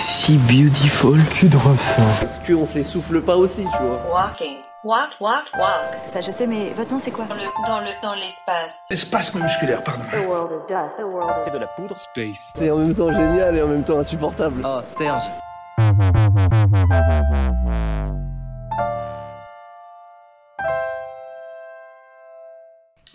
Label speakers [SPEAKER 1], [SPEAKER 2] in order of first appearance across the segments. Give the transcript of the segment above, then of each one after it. [SPEAKER 1] si beautiful.
[SPEAKER 2] Cul de ref.
[SPEAKER 3] Est-ce qu'on s'essouffle pas aussi, tu vois
[SPEAKER 4] Walking. Walk, walk, walk.
[SPEAKER 5] Ça, je sais, mais votre nom, c'est quoi
[SPEAKER 4] Dans le, dans le, dans l'espace.
[SPEAKER 6] Espace musculaire, pardon.
[SPEAKER 7] The world is dust. The world is...
[SPEAKER 8] C'est de la poudre. Space.
[SPEAKER 3] C'est en même temps génial et en même temps insupportable.
[SPEAKER 8] Oh, Serge.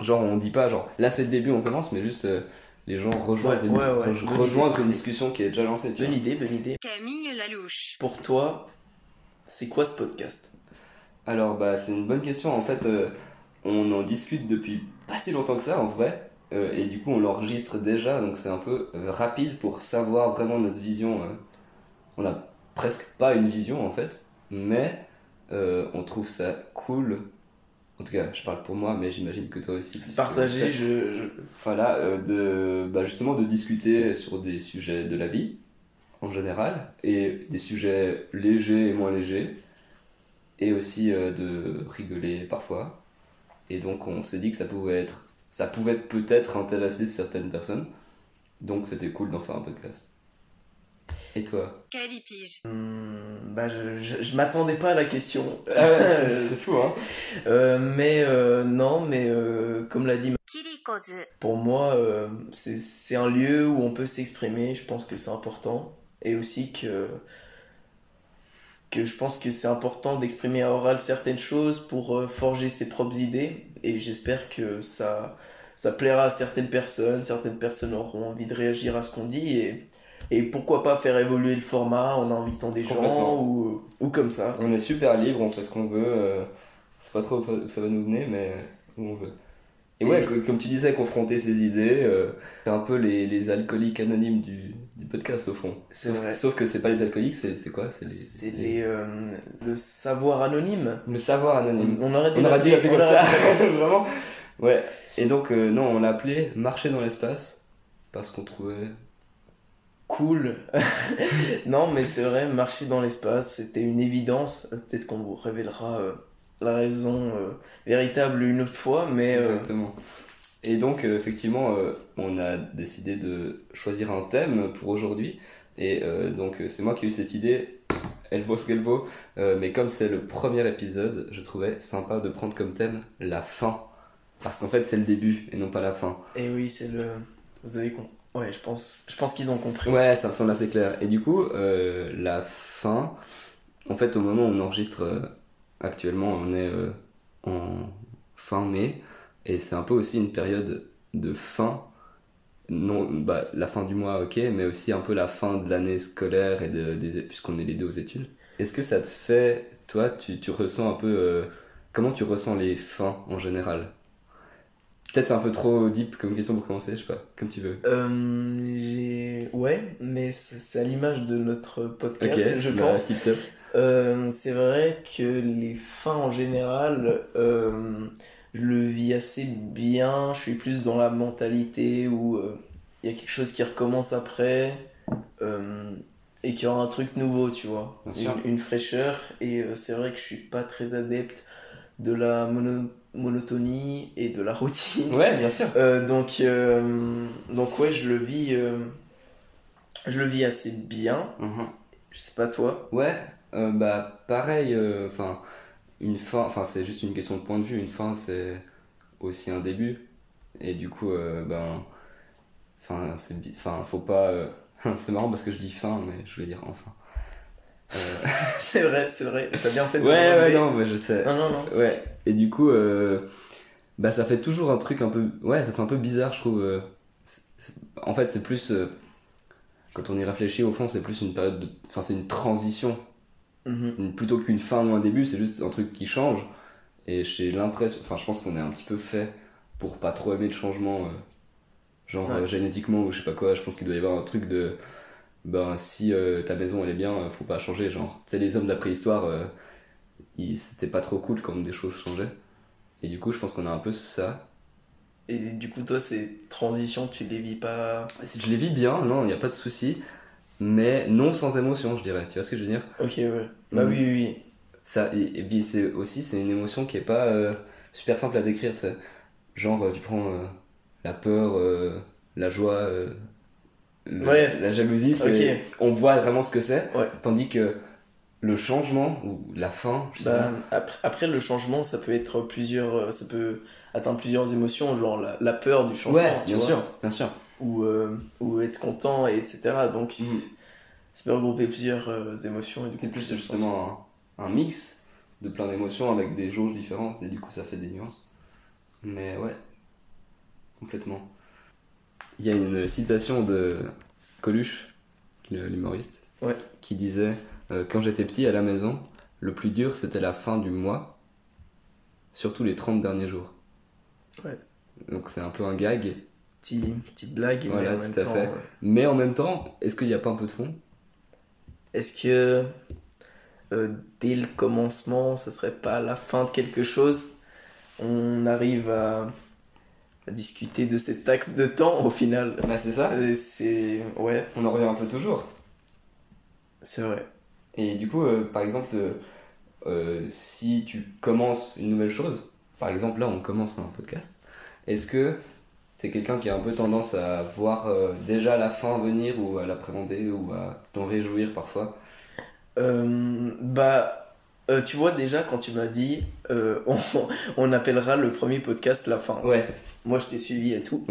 [SPEAKER 9] Genre, on dit pas, genre, là c'est le début, on commence, mais juste euh, les gens rejoindre,
[SPEAKER 3] Ouais,
[SPEAKER 9] une,
[SPEAKER 3] ouais,
[SPEAKER 9] re-
[SPEAKER 3] ouais, je-
[SPEAKER 9] rejoindre une discussion qui est déjà lancée, tu
[SPEAKER 3] Bonne
[SPEAKER 9] vois.
[SPEAKER 3] idée, bonne idée.
[SPEAKER 4] Camille Lalouche.
[SPEAKER 3] Pour toi, c'est quoi ce podcast
[SPEAKER 9] Alors, bah, c'est une bonne question. En fait, euh, on en discute depuis pas si longtemps que ça, en vrai. Euh, et du coup, on l'enregistre déjà, donc c'est un peu euh, rapide pour savoir vraiment notre vision. euh. On n'a presque pas une vision, en fait. Mais euh, on trouve ça cool. En tout cas, je parle pour moi, mais j'imagine que toi aussi.
[SPEAKER 3] C'est
[SPEAKER 9] puisque-
[SPEAKER 3] partagé, je, je-
[SPEAKER 9] Voilà, euh, de, bah, justement de discuter sur des sujets de la vie en général, et des sujets légers et moins légers, et aussi euh, de rigoler parfois. Et donc on s'est dit que ça pouvait être, ça pouvait peut-être intéresser certaines personnes, donc c'était cool d'en faire un podcast. Et toi
[SPEAKER 4] Calipige.
[SPEAKER 3] Hmm, bah, je, je- je m'attendais pas à la question.
[SPEAKER 9] Ah fou hein
[SPEAKER 3] Euh, mais euh, non, mais euh, comme l'a dit
[SPEAKER 4] Kirikozu.
[SPEAKER 3] Pour moi, euh, c'est c'est un lieu où on peut s'exprimer, je pense que c'est important. Et aussi que, que je pense que c'est important d'exprimer à oral certaines choses pour euh, forger ses propres idées. Et j'espère que ça, ça plaira à certaines personnes, certaines personnes auront envie de réagir à ce qu'on dit. Et, et pourquoi pas faire évoluer le format en invitant des gens
[SPEAKER 9] Complètement.
[SPEAKER 3] ou, ou comme ça.
[SPEAKER 9] On est super libre, on fait ce qu'on veut. euh, on sait pas trop où ça va nous mener, mais où on veut. Et ouais, co- comme tu disais, confronter ses idées, euh, c'est un peu les, les alcooliques anonymes du, du podcast au fond.
[SPEAKER 3] C'est vrai.
[SPEAKER 9] Sauf que c'est pas les alcooliques, c'est c'est quoi C'est les-
[SPEAKER 3] C'est les, euh, le savoir anonyme.
[SPEAKER 9] le savoir anonyme.
[SPEAKER 3] On aurait dû
[SPEAKER 9] On aurait dû l'appeler
[SPEAKER 3] on
[SPEAKER 9] comme ça,
[SPEAKER 3] l'aurait dû
[SPEAKER 9] vraiment. Ouais. Et donc, euh, non, on l'a appelé Marcher dans l'espace parce qu'on trouvait.
[SPEAKER 3] Cool. non, mais c'est vrai, marcher dans l'espace, c'était une évidence. Euh, Peut-être qu'on vous révélera euh, la raison euh, véritable une autre fois, mais euh,
[SPEAKER 9] Exactement. Et donc, euh, effectivement, euh, on a décidé de choisir un thème pour aujourd'hui. Et euh, donc, euh, c'est moi qui ai eu cette idée. Elle vaut ce qu'elle vaut. Euh, mais comme c'est le premier épisode, je trouvais sympa de prendre comme thème la fin. Parce qu'en fait, c'est le début et non pas la fin.
[SPEAKER 3] et eh oui, c'est le. Vous avez compris. Ouais, je pense, je pense qu'ils ont compris.
[SPEAKER 9] Ouais, ça me semble assez clair. Et du coup, euh, la fin, en fait, au moment où on enregistre euh, actuellement, on est euh, en fin mai, et c'est un peu aussi une période de fin. Non, bah, la fin du mois, ok, mais aussi un peu la fin de l'année scolaire, et de, des, puisqu'on est les deux aux études. Est-ce que ça te fait, toi, tu, tu ressens un peu. euh, comment tu ressens les fins en général Peut-être c'est un peu trop deep comme question pour commencer, je sais pas, comme tu veux.
[SPEAKER 3] Euh, j'ai- ouais, mais c'est c'est à l'image de notre
[SPEAKER 9] Ok,
[SPEAKER 3] podcast, je
[SPEAKER 9] bah,
[SPEAKER 3] pense.
[SPEAKER 9] tip-top.
[SPEAKER 3] Euh, c'est vrai que les fins en général, euh, je le vis assez bien. Je suis plus dans la mentalité où euh, il y a quelque chose qui recommence après euh, et qu'il y aura un truc nouveau, tu vois.
[SPEAKER 9] Bien sûr.
[SPEAKER 3] Une, une fraîcheur. Et euh, c'est vrai que je suis pas très adepte de la mono- monotonie et de la routine.
[SPEAKER 9] Ouais, bien sûr.
[SPEAKER 3] Euh, donc, euh, donc ouais, je le vis, euh, je le vis assez bien. Je sais pas toi.
[SPEAKER 9] Mhm. Ouais, euh, bah pareil, enfin, une fin, enfin, c'est juste une question de point de vue, une fin c'est aussi un début, et du coup, euh, ben, enfin, c'est bi- enfin, faut pas. euh, c'est marrant parce que je dis fin, mais je voulais dire enfin. Euh,
[SPEAKER 3] C'est vrai, c'est vrai. T'as bien fait de
[SPEAKER 9] ouais,
[SPEAKER 3] me
[SPEAKER 9] ouais, Ah.
[SPEAKER 3] relever.
[SPEAKER 9] non, mais je sais.
[SPEAKER 3] Non, non, non.
[SPEAKER 9] Ouais, et du coup, euh, bah ça fait toujours un truc un peu. Ouais, ça fait un peu bizarre, je trouve. euh, c'est- c'est- en fait, c'est plus. euh, quand on y réfléchit, au fond, c'est plus une période de. Enfin, c'est une transition.
[SPEAKER 3] Mhm.
[SPEAKER 9] Une- plutôt qu'une fin ou un début, c'est juste un truc qui change. Et j'ai l'impression, enfin, je pense qu'on est un petit peu fait pour pas trop aimer le changement, euh, genre
[SPEAKER 3] Ouais.
[SPEAKER 9] euh, génétiquement ou je sais pas quoi. Je pense qu'il doit y avoir un truc de, ben, si euh, ta maison elle est bien, euh, faut pas changer. Genre, tu sais, les hommes de la préhistoire, euh, ils- c'était pas trop cool quand des choses changeaient. Et du coup, je pense qu'on a un peu ça.
[SPEAKER 3] Et du coup, toi, ces transitions, tu les vis pas.
[SPEAKER 9] Je les vis bien, non, il n'y a pas de souci, mais non sans émotion, je dirais. Tu vois ce que je veux dire
[SPEAKER 3] Ok, ouais. Bah
[SPEAKER 9] Mhm.
[SPEAKER 3] oui, oui, oui.
[SPEAKER 9] ça et, et puis c'est aussi c'est une émotion qui est pas euh, super simple à décrire tu sais. bah, genre euh, tu prends euh, la peur euh, la joie euh, le-
[SPEAKER 3] Ouais.
[SPEAKER 9] la jalousie, c'est
[SPEAKER 3] Ok.
[SPEAKER 9] on voit vraiment ce que c'est,
[SPEAKER 3] Ouais.
[SPEAKER 9] tandis que le changement ou la fin, je sais
[SPEAKER 3] Bah, après, après, le changement, ça peut être plusieurs. euh, Ça peut atteindre plusieurs émotions, genre la, la peur du
[SPEAKER 9] pas.
[SPEAKER 3] changement.
[SPEAKER 9] ouais,
[SPEAKER 3] tu
[SPEAKER 9] bien
[SPEAKER 3] vois,
[SPEAKER 9] sûr, bien sûr.
[SPEAKER 3] Ou, euh, ou être content, et etc. Donc, c-
[SPEAKER 9] Mm.
[SPEAKER 3] ça peut regrouper plusieurs euh, émotions. et du
[SPEAKER 9] C'est
[SPEAKER 3] coup,
[SPEAKER 9] plus
[SPEAKER 3] plusieurs
[SPEAKER 9] justement un, un mix de plein d'émotions avec des jauges différentes et du coup ça fait des nuances. Mais ouais, complètement. Il y a une citation de Coluche, le- l'humoriste,
[SPEAKER 3] Ouais.
[SPEAKER 9] qui disait euh, Quand j'étais petit à la maison, le plus dur c'était la fin du mois, surtout les 30 derniers jours.
[SPEAKER 3] Ouais.
[SPEAKER 9] Donc c'est un peu un gag,
[SPEAKER 3] Petite, petite blague, mais
[SPEAKER 9] Voilà,
[SPEAKER 3] en même
[SPEAKER 9] tout à
[SPEAKER 3] temps,
[SPEAKER 9] fait.
[SPEAKER 3] euh,
[SPEAKER 9] mais en même temps, est-ce qu'il n'y a pas un peu de fond
[SPEAKER 3] Est-ce que euh, dès le commencement, ça serait pas la fin de quelque chose On arrive à, à discuter de cet axe de temps au final.
[SPEAKER 9] Bah c'est ça,
[SPEAKER 3] Euh, C'est ouais,
[SPEAKER 9] on en revient un peu toujours.
[SPEAKER 3] c'est vrai.
[SPEAKER 9] Et du coup, euh, par exemple, euh, euh, si tu commences une nouvelle chose, par exemple là on commence un podcast, est-ce que t'es quelqu'un qui a un peu tendance à voir euh, déjà la fin venir ou à l'appréhender ou à t'en réjouir parfois
[SPEAKER 3] Euh, bah, euh, tu vois déjà quand tu m'as dit, euh, on, on appellera le premier podcast la fin.
[SPEAKER 9] Ouais.
[SPEAKER 3] Moi, je t'ai suivi et tout.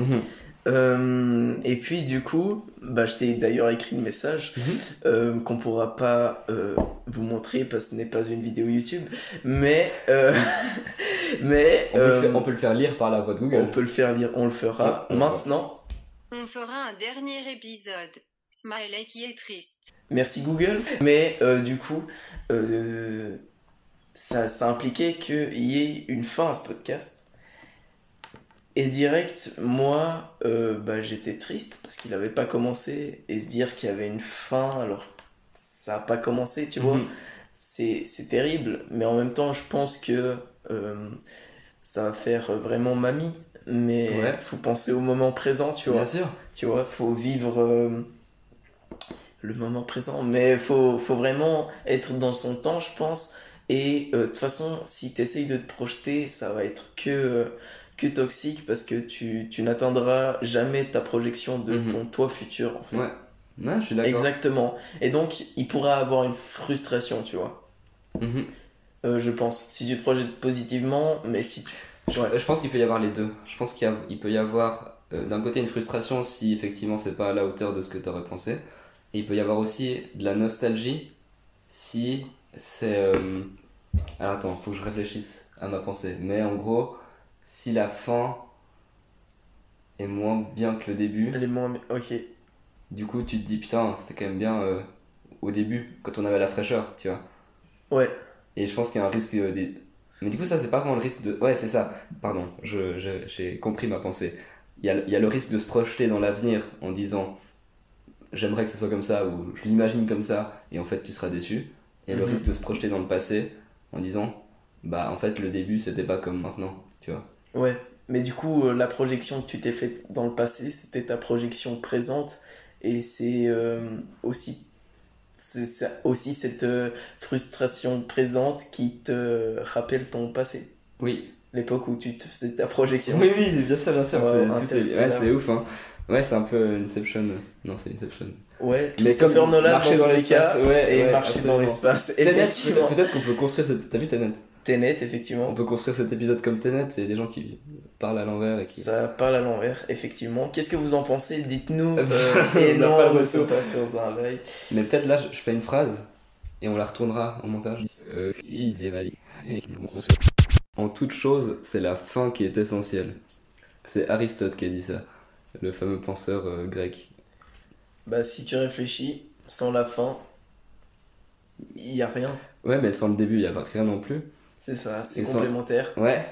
[SPEAKER 3] Euh, et puis du coup, bah, je t'ai d'ailleurs écrit le message
[SPEAKER 9] Mhm.
[SPEAKER 3] euh, qu'on pourra pas euh, vous montrer parce que ce n'est pas une vidéo YouTube, mais euh, mais
[SPEAKER 9] On, peut le
[SPEAKER 3] euh,
[SPEAKER 9] faire- on peut le faire lire par la voix de Google. Ah,
[SPEAKER 3] on peut le faire lire, on le fera
[SPEAKER 9] On- on
[SPEAKER 3] maintenant.
[SPEAKER 4] On fera un dernier épisode. Smiley qui est triste.
[SPEAKER 3] Merci Google. Mais euh, du coup, euh, ça, ça impliquait qu'il y ait une fin à ce podcast. Et direct, moi, euh, bah, j'étais triste parce qu'il n'avait pas commencé. Et se dire qu'il y avait une fin alors que ça n'a pas commencé, tu vois,
[SPEAKER 9] Mhm.
[SPEAKER 3] c'est c'est terrible. Mais en même temps, je pense que euh, ça va faire vraiment mamie. Mais
[SPEAKER 9] Ouais.
[SPEAKER 3] faut penser au moment présent, tu vois.
[SPEAKER 9] Bien sûr.
[SPEAKER 3] Tu vois, faut vivre euh, le moment présent, mais faut, faut vraiment être dans son temps, je pense. Et euh, de toute façon, si tu essayes de te projeter, ça va être que, euh, que toxique parce que tu, tu n'atteindras jamais ta projection de
[SPEAKER 9] Mhm.
[SPEAKER 3] ton toi futur, en fait.
[SPEAKER 9] Ouais. Non, je suis d'accord.
[SPEAKER 3] Exactement. Et donc, il pourra avoir une frustration, tu vois,
[SPEAKER 9] Mhm.
[SPEAKER 3] Euh, je pense. Si tu te projettes positivement, mais si tu. Ouais.
[SPEAKER 9] Euh, Je pense qu'il peut y avoir les deux. Je pense qu'il y a- il peut y avoir euh, d'un côté une frustration si effectivement c'est pas à la hauteur de ce que tu aurais pensé. Et il peut y avoir aussi de la nostalgie si c'est. euh, Alors attends, faut que je réfléchisse à ma pensée. Mais en gros, si la fin est moins bien que le début,
[SPEAKER 3] Elle est moins- Ok.
[SPEAKER 9] du coup tu te dis putain, c'était quand même bien euh, au début quand on avait la fraîcheur, tu vois.
[SPEAKER 3] Ouais.
[SPEAKER 9] Et je pense qu'il y a un risque euh, des... Mais du coup, ça, c'est pas vraiment le risque de... Ouais, c'est ça. Pardon, je, je- j'ai compris ma pensée. Il y a, il y a le risque de se projeter dans l'avenir en disant j'aimerais que ce soit comme ça ou je l'imagine comme ça et en fait tu seras déçu. Et le
[SPEAKER 3] Mhm.
[SPEAKER 9] risque de se projeter dans le passé en disant bah en fait le début c'était pas comme maintenant, tu vois.
[SPEAKER 3] Ouais, mais du coup, euh, la projection que tu t'es faite dans le passé, c'était ta projection présente, et c'est euh, aussi, c'est ça- aussi cette euh, frustration présente qui te rappelle ton passé,
[SPEAKER 9] Oui.
[SPEAKER 3] l'époque où tu te faisais ta projection.
[SPEAKER 9] Oui, oui, bien sûr, bien sûr.
[SPEAKER 3] Ouais,
[SPEAKER 9] c'est, tout est-
[SPEAKER 3] Interstellar.
[SPEAKER 9] ouais, c'est ouf, hein. Ouais, c'est un peu Inception. Non, c'est Inception.
[SPEAKER 3] Ouais, Christopher Nolan
[SPEAKER 9] marcher dans
[SPEAKER 3] dans, tous les
[SPEAKER 9] l'espace,
[SPEAKER 3] cas,
[SPEAKER 9] ouais,
[SPEAKER 3] et
[SPEAKER 9] ouais,
[SPEAKER 3] marcher dans
[SPEAKER 9] absolument.
[SPEAKER 3] l'espace,
[SPEAKER 9] Tenet,
[SPEAKER 3] effectivement.
[SPEAKER 9] peut-être, peut-être qu'on peut construire cette... T'as vu Tenet
[SPEAKER 3] Tenet,
[SPEAKER 9] On
[SPEAKER 3] effectivement.
[SPEAKER 9] peut construire cet épisode comme Tenet, c'est des gens qui parlent à l'envers et qui...
[SPEAKER 3] Ça parle à l'envers, effectivement. Qu'est-ce que vous en pensez? Dites-nous.
[SPEAKER 9] On
[SPEAKER 3] euh, et
[SPEAKER 9] n'a
[SPEAKER 3] non,
[SPEAKER 9] pas le
[SPEAKER 3] ne
[SPEAKER 9] retour.
[SPEAKER 3] saute pas sur un like.
[SPEAKER 9] Mais peut-être là, je je fais une phrase et on la retournera au montage. Euh, il est valide. Et qu'il nous conseille. En toute chose, c'est la fin qui est essentielle. C'est Aristote qui a dit ça, le fameux penseur euh, grec.
[SPEAKER 3] Bah, si tu réfléchis, sans la fin, il n'y a rien.
[SPEAKER 9] Ouais, mais sans le début, il n'y a rien non plus.
[SPEAKER 3] C'est ça, c'est
[SPEAKER 9] Et sans-
[SPEAKER 3] complémentaire.
[SPEAKER 9] Ouais.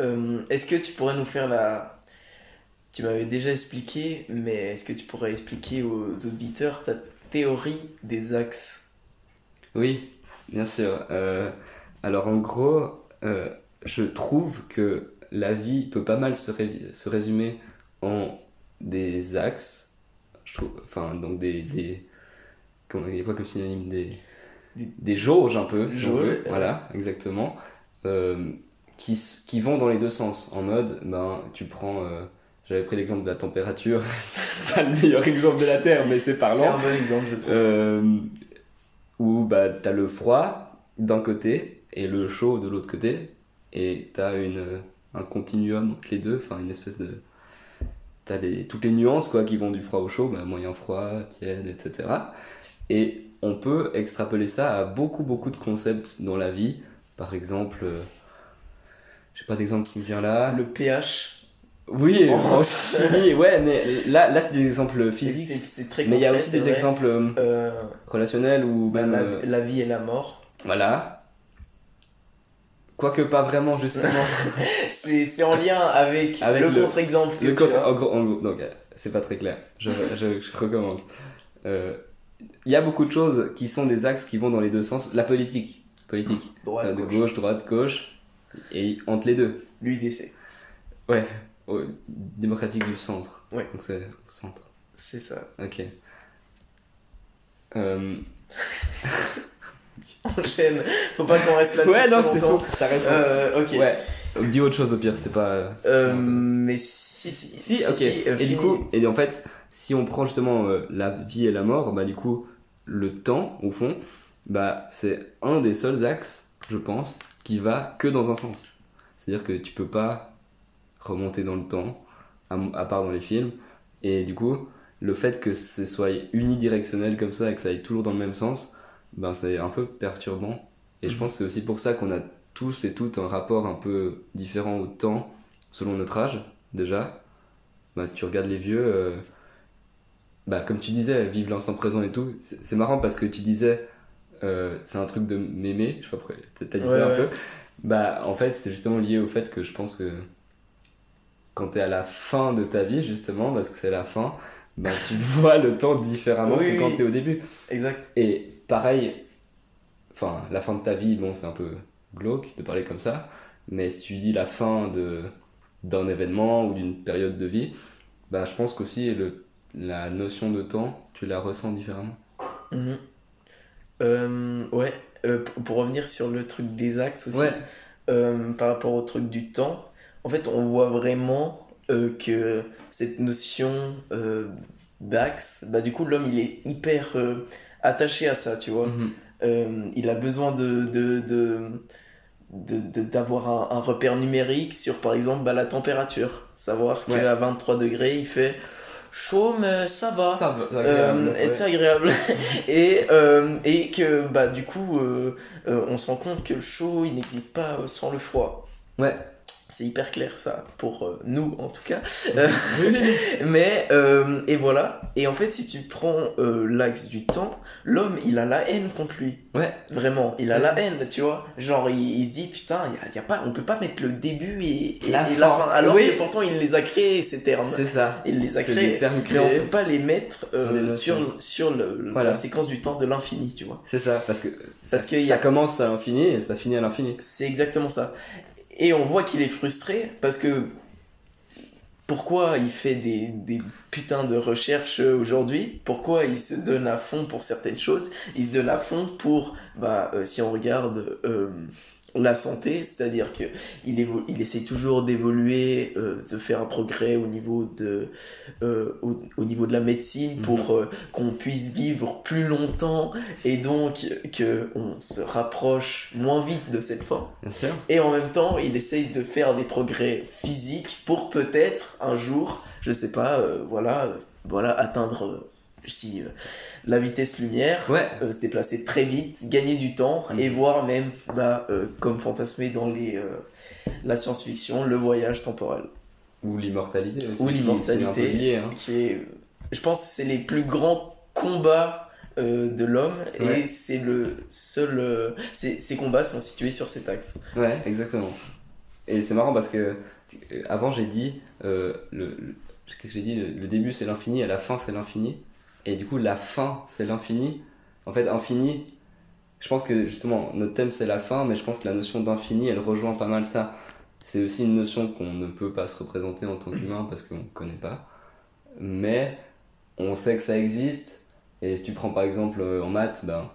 [SPEAKER 3] Euh, est-ce que tu pourrais nous faire la. Tu m'avais déjà expliqué, mais est-ce que tu pourrais expliquer aux auditeurs ta théorie des axes
[SPEAKER 9] Oui, bien sûr. Euh, alors en gros, euh, je trouve que la vie peut pas mal se, ré- se résumer en des axes. Je trouve, enfin, donc des, des comment- il y a quoi comme synonyme des,
[SPEAKER 3] Des-
[SPEAKER 9] des jauges un peu, si on
[SPEAKER 3] Jauges,
[SPEAKER 9] veut.
[SPEAKER 3] ouais.
[SPEAKER 9] Voilà, exactement. Euh, qui, s- qui vont dans les deux sens. En mode, ben, tu prends, euh, J'avais pris l'exemple de la température, c'est pas le meilleur exemple de la Terre, mais c'est
[SPEAKER 3] C'est
[SPEAKER 9] parlant.
[SPEAKER 3] un bon exemple, je trouve.
[SPEAKER 9] Euh, où bah, t'as le froid d'un côté et le chaud de l'autre côté, et t'as une, un continuum entre les deux, enfin une espèce de. T'as les, toutes les nuances quoi, qui vont du froid au chaud, bah, moyen froid, tiède, etc. Et on peut extrapoler ça à beaucoup beaucoup de concepts dans la vie. Par exemple, euh, j'ai pas d'exemple qui me vient là.
[SPEAKER 3] Le pH,
[SPEAKER 9] Oui,
[SPEAKER 3] Oh.
[SPEAKER 9] en chimie, ouais, mais là, là c'est des exemples
[SPEAKER 3] c'est
[SPEAKER 9] physiques.
[SPEAKER 3] c'est très
[SPEAKER 9] Mais il y a
[SPEAKER 3] concret,
[SPEAKER 9] aussi
[SPEAKER 3] c'est
[SPEAKER 9] des
[SPEAKER 3] vrai.
[SPEAKER 9] exemples euh,
[SPEAKER 3] Euh,
[SPEAKER 9] relationnels ou
[SPEAKER 3] bah,
[SPEAKER 9] même.
[SPEAKER 3] la,
[SPEAKER 9] euh,
[SPEAKER 3] la vie et la mort.
[SPEAKER 9] Voilà. Quoique pas vraiment, justement.
[SPEAKER 3] C'est c'est en lien avec,
[SPEAKER 9] Avec
[SPEAKER 3] le,
[SPEAKER 9] le-
[SPEAKER 3] contre-exemple que
[SPEAKER 9] Le
[SPEAKER 3] tu
[SPEAKER 9] code-
[SPEAKER 3] as.
[SPEAKER 9] en gros, en gros- donc euh, c'est pas très clair. Je, je- je recommence. Euh, Il y a beaucoup de choses qui sont des axes qui vont dans les deux sens. La politique. Politique.
[SPEAKER 3] Ah, Droite,
[SPEAKER 9] Euh, de
[SPEAKER 3] gauche.
[SPEAKER 9] gauche, droite, gauche. Et entre les deux.
[SPEAKER 3] L'UDC,
[SPEAKER 9] Oh, démocratique du centre.
[SPEAKER 3] Ouais.
[SPEAKER 9] Donc c'est au centre.
[SPEAKER 3] c'est ça.
[SPEAKER 9] Ok. Euh,
[SPEAKER 3] Enchaîne, faut pas qu'on reste là-dessus
[SPEAKER 9] Ouais, non,
[SPEAKER 3] trop
[SPEAKER 9] c'est
[SPEAKER 3] longtemps.
[SPEAKER 9] faux. T'as raison.
[SPEAKER 3] Euh, ok.
[SPEAKER 9] Ouais. Donc, Dis autre chose au pire, c'était pas. euh,
[SPEAKER 3] Euh, mais si, si,
[SPEAKER 9] Si, ok.
[SPEAKER 3] si, euh,
[SPEAKER 9] et
[SPEAKER 3] fini.
[SPEAKER 9] du coup, et en fait, si on prend justement euh, la vie et la mort, bah du coup, le temps, au fond, bah c'est un des seuls axes, je pense, qui va que dans un sens. C'est-à-dire que tu peux pas remonter dans le temps, à, à part dans les films. Et du coup, le fait que ce soit unidirectionnel comme ça et que ça aille toujours dans le même sens, ben c'est un peu perturbant. Et je
[SPEAKER 3] Mhm.
[SPEAKER 9] pense que c'est aussi pour ça qu'on a tous et toutes un rapport un peu différent au temps selon notre âge, déjà. Bah, tu regardes les vieux, euh, bah, comme tu disais, vivre l'instant présent et tout. C'est c'est marrant parce que tu disais, euh, c'est un truc de mémé, je sais pas pourquoi, t'as- t'as dit
[SPEAKER 3] Ouais,
[SPEAKER 9] ça un
[SPEAKER 3] ouais.
[SPEAKER 9] peu. Bah, en fait, c'est justement lié au fait que je pense que quand t'es à la fin de ta vie, justement, parce que c'est la fin, bah, tu vois le temps différemment
[SPEAKER 3] Oui,
[SPEAKER 9] que quand
[SPEAKER 3] oui.
[SPEAKER 9] t'es au début.
[SPEAKER 3] Exact.
[SPEAKER 9] Et pareil, enfin, la fin de ta vie, bon, c'est un peu glauque de parler comme ça, mais si tu dis la fin de d'un événement ou d'une période de vie, bah, je pense qu'aussi le, la notion de temps, tu la ressens différemment.
[SPEAKER 3] Mhm. Euh, ouais, euh, p- pour revenir sur le truc des axes aussi, euh, par rapport au truc du temps, en fait, on voit vraiment euh, que cette notion euh, d'axe, bah, du coup, l'homme, il est hyper euh, attaché à ça, tu vois.
[SPEAKER 9] Mhm.
[SPEAKER 3] Euh, il a besoin de, de, de, de- de- d'avoir un, un repère numérique sur, par exemple, bah, la température. Savoir
[SPEAKER 9] Ouais.
[SPEAKER 3] qu'à 23 degrés, il fait chaud, mais ça va.
[SPEAKER 9] Ça, va, c'est agréable,
[SPEAKER 3] Euh, et
[SPEAKER 9] ouais.
[SPEAKER 3] c'est agréable et, euh, et que bah du coup euh, euh, on se rend compte que le chaud il n'existe pas euh, sans le froid
[SPEAKER 9] Ouais.
[SPEAKER 3] c'est hyper clair ça pour euh, nous en tout cas mais euh, et voilà et en fait si tu prends euh, l'axe du temps l'homme il a la haine contre lui
[SPEAKER 9] Ouais.
[SPEAKER 3] vraiment il a la haine tu vois genre il, il se dit putain il y a, il y a pas on peut pas mettre le début et, et- et la,
[SPEAKER 9] La
[SPEAKER 3] fin.
[SPEAKER 9] fin.
[SPEAKER 3] alors
[SPEAKER 9] Oui.
[SPEAKER 3] que pourtant il les a créés ces termes
[SPEAKER 9] C'est ça.
[SPEAKER 3] il les a
[SPEAKER 9] C'est
[SPEAKER 3] créés
[SPEAKER 9] des termes
[SPEAKER 3] mais on
[SPEAKER 9] créés.
[SPEAKER 3] peut pas les mettre euh,
[SPEAKER 9] Sur les notions.
[SPEAKER 3] sur, sur le- le-
[SPEAKER 9] Voilà.
[SPEAKER 3] la séquence du temps de l'infini, tu vois.
[SPEAKER 9] C'est ça, parce que, ça,
[SPEAKER 3] qu'il y
[SPEAKER 9] ça
[SPEAKER 3] a-
[SPEAKER 9] commence à l'infini et ça finit à l'infini.
[SPEAKER 3] C'est exactement ça. Et on voit qu'il est frustré parce que pourquoi il fait des, des putains de recherches euh, aujourd'hui Pourquoi il se donne à fond pour certaines choses Il se donne à fond pour, bah, euh, si on regarde euh, la santé, c'est-à-dire que il, évo- il essaie toujours d'évoluer, euh, de faire un progrès au niveau de, euh, au, au niveau de la médecine pour euh, qu'on puisse vivre plus longtemps et donc que on se rapproche moins vite de cette forme.
[SPEAKER 9] Bien sûr.
[SPEAKER 3] Et en même temps, il essaye de faire des progrès physiques pour peut-être un jour, je sais pas, euh, voilà, euh, voilà, atteindre, euh, je dis, euh, la vitesse lumière.
[SPEAKER 9] Ouais.
[SPEAKER 3] euh, se déplacer très vite, gagner du temps et
[SPEAKER 9] Mhm.
[SPEAKER 3] voir même, bah, euh, comme fantasmé dans les, euh, la science-fiction, le voyage temporel.
[SPEAKER 9] Ou l'immortalité aussi.
[SPEAKER 3] Ou
[SPEAKER 9] qui- c'est un
[SPEAKER 3] l'immortalité.
[SPEAKER 9] peu lié, hein.
[SPEAKER 3] qui est- euh, je pense que c'est les plus grands combats euh, de l'homme et
[SPEAKER 9] Ouais.
[SPEAKER 3] c'est le seul. euh, ces ces combats sont situés sur cet axe.
[SPEAKER 9] Ouais, exactement. Et c'est marrant parce que tu- euh, avant j'ai dit euh, le, le- qu'est-ce que j'ai dit le, le début c'est l'infini et la fin c'est l'infini et du coup la fin c'est l'infini. En fait, infini je pense que justement notre thème c'est la fin mais je pense que la notion d'infini elle rejoint pas mal ça. C'est aussi une notion qu'on ne peut pas se représenter en tant qu'humain parce qu'on ne connaît pas. Mais on sait que ça existe et si tu prends par exemple euh, en maths ben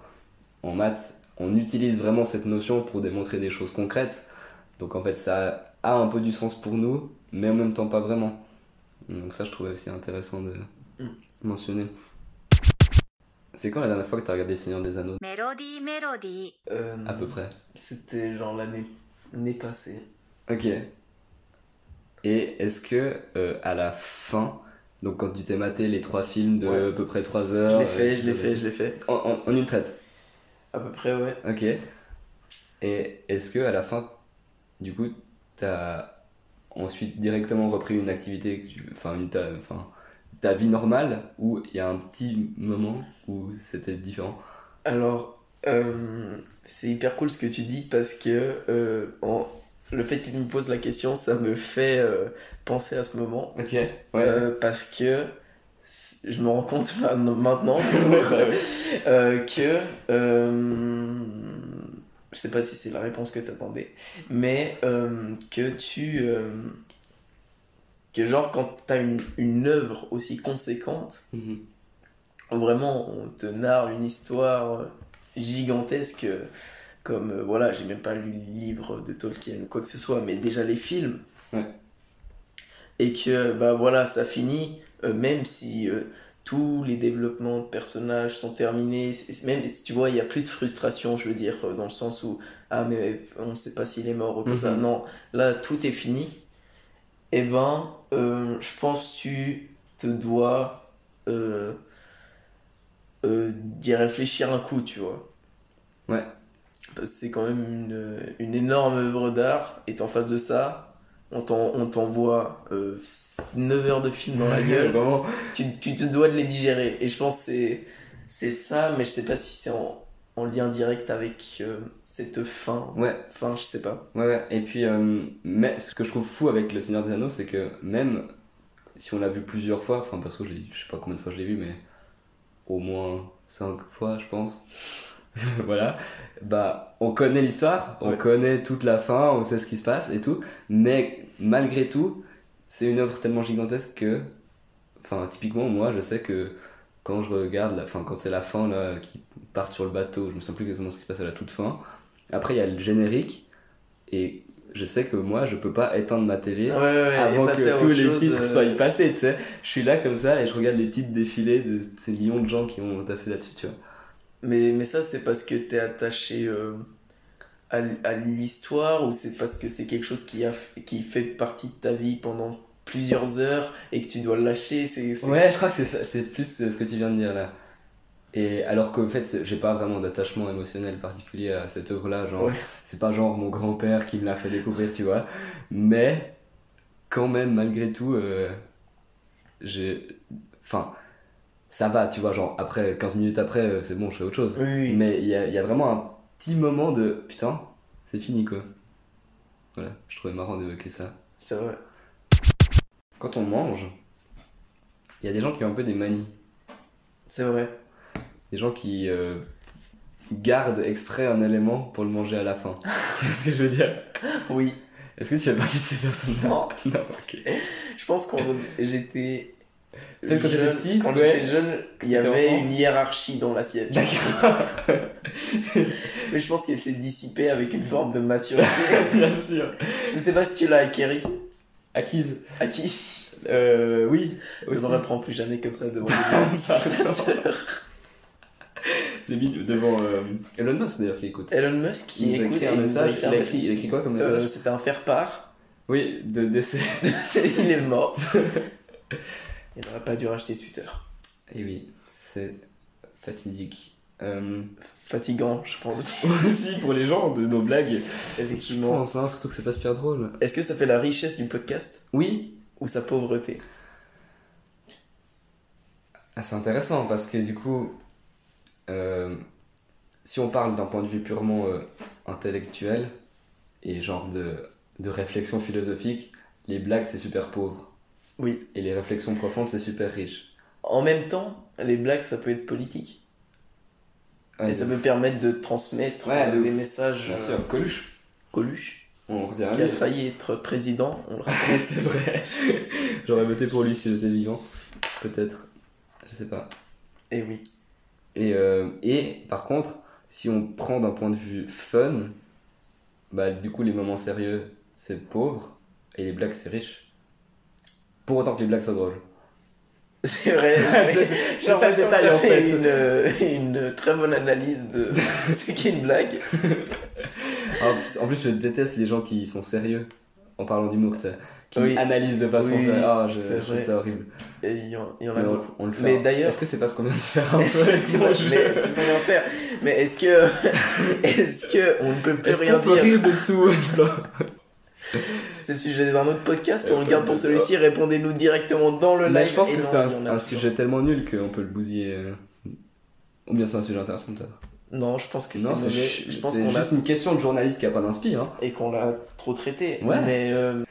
[SPEAKER 9] en maths, on utilise vraiment cette notion pour démontrer des choses concrètes. Donc en fait, ça a un peu du sens pour nous, mais en même temps pas vraiment. Donc ça, je trouvais aussi intéressant de
[SPEAKER 3] Mm.
[SPEAKER 9] mentionner. C'est quand la dernière fois que t'as regardé Seigneur des Anneaux
[SPEAKER 1] メロディーメロディー
[SPEAKER 3] Euh,
[SPEAKER 9] À peu près.
[SPEAKER 3] C'était genre l'année l'année passée.
[SPEAKER 9] Ok. Et est-ce que euh, à la fin, donc quand tu t'es maté les trois films de
[SPEAKER 3] Ouais.
[SPEAKER 9] à peu près 3
[SPEAKER 3] Je
[SPEAKER 9] heures,
[SPEAKER 3] l'ai fait,
[SPEAKER 9] euh,
[SPEAKER 3] je l'ai fait, je l'ai fait.
[SPEAKER 9] En, en- en une traite.
[SPEAKER 3] À peu près, ouais.
[SPEAKER 9] Ok. Et est-ce que à la fin, du coup, t'as ensuite directement repris une activité, que tu- enfin une ta, enfin ta vie normale, ou il y a un petit moment où c'était différent?
[SPEAKER 3] Alors, euh, c'est hyper cool ce que tu dis parce que euh, en- le fait que tu me poses la question, ça me fait euh, penser à ce moment.
[SPEAKER 9] Ok. Ouais.
[SPEAKER 3] Euh, parce que c- je me rends compte ma- maintenant
[SPEAKER 9] Ouais.
[SPEAKER 3] euh, que euh, je sais pas si c'est la réponse que t'attendais, mais euh, que tu euh, que genre quand t'as une une œuvre aussi conséquente
[SPEAKER 9] Mhm.
[SPEAKER 3] vraiment on te narre une histoire euh, gigantesque euh, comme euh, voilà j'ai même pas lu le livre de Tolkien ou quoi que ce soit mais déjà les films
[SPEAKER 9] Ouais.
[SPEAKER 3] et que bah voilà ça finit euh, même si euh, tous les développements de personnages sont terminés c'est- même si tu vois il y a plus de frustration je veux dire euh, dans le sens où ah mais on sait pas s'il est mort ou comme ça
[SPEAKER 9] Mhm.
[SPEAKER 3] non là tout est fini et ben euh, je pense tu te dois euh, euh, d'y réfléchir un coup, tu vois.
[SPEAKER 9] Ouais.
[SPEAKER 3] Parce que c'est quand même une, une énorme œuvre d'art, et en face de ça, on t'en- on t'envoie 9 heures de film dans la gueule,
[SPEAKER 9] Vraiment.
[SPEAKER 3] tu, tu te dois de les digérer. Et je pense que c'est c'est ça, mais je sais pas si c'est en, en lien direct avec euh, cette fin.
[SPEAKER 9] Ouais.
[SPEAKER 3] Enfin, je sais pas.
[SPEAKER 9] Ouais, ouais. Et puis, euh, mais ce que je trouve fou avec Le Seigneur des Anneaux, c'est que même si on l'a vu plusieurs fois, enfin, perso, je, l'ai- je sais pas combien de fois je l'ai vu, mais au moins 5 fois, je pense. voilà. Bah, on connaît l'histoire, on
[SPEAKER 3] Ouais.
[SPEAKER 9] connaît toute la fin, on sait ce qui se passe et tout. Mais malgré tout, c'est une œuvre tellement gigantesque que, enfin, typiquement, moi, je sais que quand je regarde, la, enfin, quand c'est la fin, là, qui partent sur le bateau, je me souviens plus exactement ce qui se passe à la toute fin. Après, il y a le générique, et je sais que moi, je peux pas éteindre ma télé
[SPEAKER 3] Ouais, ouais, ouais, et
[SPEAKER 9] avant
[SPEAKER 3] passer à
[SPEAKER 9] que tous
[SPEAKER 3] autre
[SPEAKER 9] les
[SPEAKER 3] chose,
[SPEAKER 9] titres
[SPEAKER 3] euh,
[SPEAKER 9] soient y passés, tu sais. Je suis là comme ça et je regarde les titres défiler de ces millions de gens qui ont taffé là-dessus, tu vois.
[SPEAKER 3] Mais, mais ça, c'est parce que t'es attaché euh, à, l- à l'histoire ou c'est parce que c'est quelque chose qui, a, f- qui fait partie de ta vie pendant plusieurs heures et que tu dois le lâcher c'est, c'est-
[SPEAKER 9] Ouais, je crois que c'est ça- c'est plus euh, ce que tu viens de dire là. Et alors qu'en fait, c'est- j'ai pas vraiment d'attachement émotionnel particulier à cette œuvre-là, genre,
[SPEAKER 3] Ouais.
[SPEAKER 9] c'est pas genre mon grand-père qui me l'a fait découvrir, tu vois. Mais quand même, malgré tout, euh, j'ai. Enfin, ça va, tu vois, genre, après, 15 minutes après, euh, c'est bon, je fais autre chose.
[SPEAKER 3] Oui, oui.
[SPEAKER 9] Mais il y a, il y a vraiment un petit moment de putain, c'est fini quoi. Voilà, je trouvais marrant d'évoquer ça.
[SPEAKER 3] c'est vrai.
[SPEAKER 9] Quand on mange, il y a des gens qui ont un peu des manies.
[SPEAKER 3] C'est vrai.
[SPEAKER 9] Des gens qui euh, gardent exprès un élément pour le manger à la fin. tu vois ce que je veux dire
[SPEAKER 3] Oui.
[SPEAKER 9] Est-ce que tu fais partie de ces personnes-là
[SPEAKER 3] Non.
[SPEAKER 9] Non, ok.
[SPEAKER 3] Je pense quand j'étais.
[SPEAKER 9] Peut-être quand t'étais
[SPEAKER 3] jeune-
[SPEAKER 9] petit,
[SPEAKER 3] Quand
[SPEAKER 9] ouais.
[SPEAKER 3] j'étais jeune, il y
[SPEAKER 9] T'étais
[SPEAKER 3] avait
[SPEAKER 9] enfant.
[SPEAKER 3] une hiérarchie dans l'assiette.
[SPEAKER 9] D'accord,
[SPEAKER 3] Mais je pense qu'elle s'est dissipée avec une forme de maturité.
[SPEAKER 9] bien sûr.
[SPEAKER 3] je sais pas si tu l'as acquérie.
[SPEAKER 9] Acquise.
[SPEAKER 3] Acquis.
[SPEAKER 9] Euh, oui, aussi.
[SPEAKER 3] Je ne reprends plus jamais comme ça devant
[SPEAKER 9] Pardon.
[SPEAKER 3] les gens.
[SPEAKER 9] Débile, Devant euh, Elon Musk d'ailleurs qui écoute.
[SPEAKER 3] Elon Musk qui
[SPEAKER 9] il nous a
[SPEAKER 3] écoute
[SPEAKER 9] écrit un
[SPEAKER 3] et il nous
[SPEAKER 9] message.
[SPEAKER 3] écrit
[SPEAKER 9] Il
[SPEAKER 3] un
[SPEAKER 9] a écrit, il a écrit quoi comme
[SPEAKER 3] message.
[SPEAKER 9] message
[SPEAKER 3] Euh, C'était un faire-part.
[SPEAKER 9] Oui, de décès.
[SPEAKER 3] il est mort. il n'aurait pas dû racheter Twitter.
[SPEAKER 9] Et oui, c'est fatidique. Euh,
[SPEAKER 3] Fatigant, je pense.
[SPEAKER 9] aussi pour les gens de nos blagues. Je
[SPEAKER 3] Effectivement.
[SPEAKER 9] pense, hein, surtout que c'est pas super drôle.
[SPEAKER 3] Est-ce que ça fait la richesse du podcast
[SPEAKER 9] Oui,
[SPEAKER 3] ou sa pauvreté
[SPEAKER 9] ah, c'est intéressant parce que du coup, euh, si on parle d'un point de vue purement euh, intellectuel et genre de, de réflexion philosophique, les blagues c'est super pauvre.
[SPEAKER 3] Oui.
[SPEAKER 9] Et les réflexions profondes c'est super riche.
[SPEAKER 3] En même temps, les blagues, ça peut être politique.
[SPEAKER 9] Ouais,
[SPEAKER 3] et ça
[SPEAKER 9] de-
[SPEAKER 3] peut permettre de transmettre
[SPEAKER 9] Ouais,
[SPEAKER 3] euh,
[SPEAKER 9] de
[SPEAKER 3] des
[SPEAKER 9] ouf.
[SPEAKER 3] messages.
[SPEAKER 9] Bien
[SPEAKER 3] euh,
[SPEAKER 9] Ah, sûr, Coluche.
[SPEAKER 3] Coluche,
[SPEAKER 9] On revient à
[SPEAKER 3] qui a
[SPEAKER 9] lui.
[SPEAKER 3] failli être président, on le rappelle.
[SPEAKER 9] c'est vrai. J'aurais voté pour lui si j'étais vivant. Peut-être. Je sais pas.
[SPEAKER 3] Et Eh oui.
[SPEAKER 9] Et, euh, et par contre, si on prend d'un point de vue fun, bah du coup les moments sérieux c'est pauvre et les blagues c'est riche. Pour autant que les blagues soient drôles.
[SPEAKER 3] C'est vrai.
[SPEAKER 9] C'est-
[SPEAKER 3] j'ai-
[SPEAKER 9] c'est-
[SPEAKER 3] J'ai
[SPEAKER 9] c'est ça le
[SPEAKER 3] l'impression que
[SPEAKER 9] détail,
[SPEAKER 3] t'as
[SPEAKER 9] en
[SPEAKER 3] fait
[SPEAKER 9] fait.
[SPEAKER 3] une, euh, une très bonne analyse de ce qu'est une blague.
[SPEAKER 9] En plus- en plus, je déteste les gens qui sont sérieux en parlant d'humour, tu sais, qui
[SPEAKER 3] Oui.
[SPEAKER 9] analysent de façon.
[SPEAKER 3] Oui,
[SPEAKER 9] ça- ah, je,
[SPEAKER 3] c'est
[SPEAKER 9] je trouve
[SPEAKER 3] vrai.
[SPEAKER 9] ça horrible.
[SPEAKER 3] Et il y, en- il y en a
[SPEAKER 9] Mais on,
[SPEAKER 3] beaucoup.
[SPEAKER 9] on le fait.
[SPEAKER 3] Mais
[SPEAKER 9] hein.
[SPEAKER 3] d'ailleurs-
[SPEAKER 9] Est-ce que c'est pas ce qu'on vient de faire un peu
[SPEAKER 3] C'est
[SPEAKER 9] avec mon
[SPEAKER 3] vrai,
[SPEAKER 9] jeu
[SPEAKER 3] mais c'est ce qu'on vient de faire. Mais est-ce que. Est-ce que on ne peut plus
[SPEAKER 9] Est-ce
[SPEAKER 3] rien
[SPEAKER 9] qu'on peut
[SPEAKER 3] dire
[SPEAKER 9] rire de tout genre
[SPEAKER 3] C'est le sujet d'un autre podcast
[SPEAKER 9] Euh,
[SPEAKER 3] ou on le garde
[SPEAKER 9] peut-être
[SPEAKER 3] pour celui-ci Répondez-nous directement dans le live.
[SPEAKER 9] Mais je pense
[SPEAKER 3] Et
[SPEAKER 9] que
[SPEAKER 3] non,
[SPEAKER 9] c'est
[SPEAKER 3] il y en
[SPEAKER 9] un,
[SPEAKER 3] a
[SPEAKER 9] un
[SPEAKER 3] toujours.
[SPEAKER 9] sujet tellement nul qu'on peut le bousiller. euh, Ou bien c'est un sujet intéressant, peut-être.
[SPEAKER 3] Non, je pense que c'est
[SPEAKER 9] Non, c'est
[SPEAKER 3] mauvais.
[SPEAKER 9] ju-
[SPEAKER 3] Je pense
[SPEAKER 9] c'est
[SPEAKER 3] qu'on l'a
[SPEAKER 9] juste une question de journaliste qui a pas d'inspi. Hein.
[SPEAKER 3] et qu'on l'a trop traité.
[SPEAKER 9] Ouais.
[SPEAKER 3] Mais euh,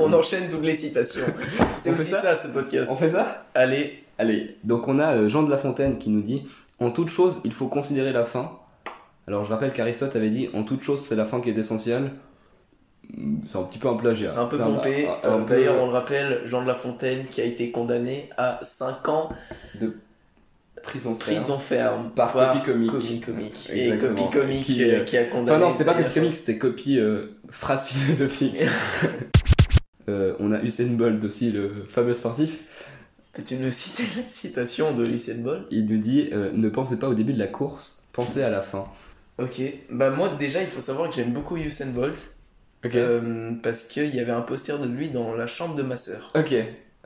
[SPEAKER 3] on enchaîne toutes les citations. C'est
[SPEAKER 9] On fait
[SPEAKER 3] aussi
[SPEAKER 9] ça
[SPEAKER 3] ça, ce podcast.
[SPEAKER 9] On fait ça
[SPEAKER 3] Allez,
[SPEAKER 9] Allez, donc on a euh, Jean de La Fontaine qui nous dit En toute chose, il faut considérer la fin. Alors je rappelle qu'Aristote avait dit En toute chose, c'est la fin qui est essentielle. Mm, C'est un petit peu un plagiat.
[SPEAKER 3] c'est un peu
[SPEAKER 9] Enfin,
[SPEAKER 3] pompé.
[SPEAKER 9] un- un- bah, un
[SPEAKER 3] Euh,
[SPEAKER 9] peu
[SPEAKER 3] D'ailleurs, on le rappelle, Jean de La Fontaine qui a été condamné à 5 ans
[SPEAKER 9] prison ferme.
[SPEAKER 3] prison ferme
[SPEAKER 9] Par copie comique.
[SPEAKER 3] Copie Comique. Et
[SPEAKER 9] Exactement.
[SPEAKER 3] Copie Comique
[SPEAKER 9] Qui,
[SPEAKER 3] euh,
[SPEAKER 9] euh,
[SPEAKER 3] qui a condamné.
[SPEAKER 9] Enfin non, c'était pas
[SPEAKER 3] d'ailleurs.
[SPEAKER 9] copie comique, c'était copie euh, phrase philosophique. Euh, on a Usain Bolt aussi, le fameux sportif.
[SPEAKER 3] Peux-tu nous citer la citation de Lucien Ball
[SPEAKER 9] Il nous dit euh, Ne pensez pas au début de la course, pensez à la fin.
[SPEAKER 3] Ok. Bah, moi, déjà, il faut savoir que j'aime beaucoup Usain Bolt.
[SPEAKER 9] Ok.
[SPEAKER 3] euh, parce qu'il y avait un poster de lui dans la chambre de ma sœur.
[SPEAKER 9] Ok.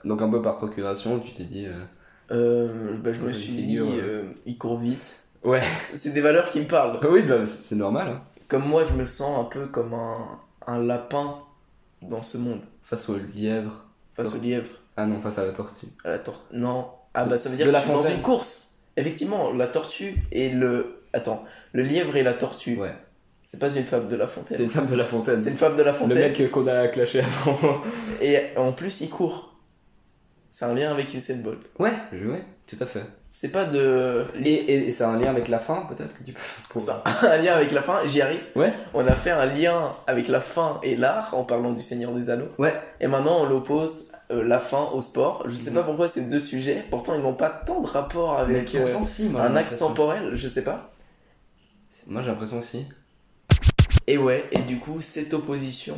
[SPEAKER 9] Donc un peu par procuration, tu t'es dit. euh,
[SPEAKER 3] Euh, bah, je
[SPEAKER 9] Ouais,
[SPEAKER 3] me
[SPEAKER 9] il
[SPEAKER 3] suis
[SPEAKER 9] fait
[SPEAKER 3] dit,
[SPEAKER 9] dur, ouais.
[SPEAKER 3] euh, il court vite.
[SPEAKER 9] Ouais.
[SPEAKER 3] C'est des valeurs qui me parlent.
[SPEAKER 9] Ah oui, bah, c'est c'est normal. hein.
[SPEAKER 3] Comme moi, je me sens un peu comme un, un lapin dans ce monde,
[SPEAKER 9] Face au lièvre.
[SPEAKER 3] face au lièvre,
[SPEAKER 9] Ah non, face à la tortue.
[SPEAKER 3] à la tortue. Non. Ah bah ça veut
[SPEAKER 9] De
[SPEAKER 3] dire
[SPEAKER 9] la
[SPEAKER 3] que je suis dans
[SPEAKER 9] fontaine.
[SPEAKER 3] une course. Effectivement, la tortue et le... Attends, le lièvre et la tortue.
[SPEAKER 9] Ouais.
[SPEAKER 3] C'est pas une fable de la
[SPEAKER 9] C'est
[SPEAKER 3] fontaine.
[SPEAKER 9] une femme de la fontaine.
[SPEAKER 3] C'est une fable de la
[SPEAKER 9] Le
[SPEAKER 3] fontaine.
[SPEAKER 9] mec qu'on a clashé avant.
[SPEAKER 3] Et en plus, il court. C'est un lien avec Usain Bolt.
[SPEAKER 9] ouais, ouais, tout à fait.
[SPEAKER 3] C'est pas de...
[SPEAKER 9] Et, et, et ça a un lien avec la fin, peut-être que tu peux- pour-
[SPEAKER 3] Ça, un lien avec la fin, j'y arrive.
[SPEAKER 9] Ouais.
[SPEAKER 3] On a fait un lien avec la fin et l'art en parlant du Seigneur des Anneaux.
[SPEAKER 9] Ouais.
[SPEAKER 3] Et maintenant, on l'oppose euh, la fin au sport. Je sais
[SPEAKER 9] Mhm.
[SPEAKER 3] pas pourquoi ces deux sujets, pourtant ils n'ont pas tant de rapport
[SPEAKER 9] Mais
[SPEAKER 3] avec euh,
[SPEAKER 9] pourtant, si, moi,
[SPEAKER 3] un
[SPEAKER 9] j'ai
[SPEAKER 3] axe
[SPEAKER 9] l'impression.
[SPEAKER 3] temporel, je sais pas.
[SPEAKER 9] Moi, j'ai l'impression que si.
[SPEAKER 3] Et ouais, et du coup, cette opposition.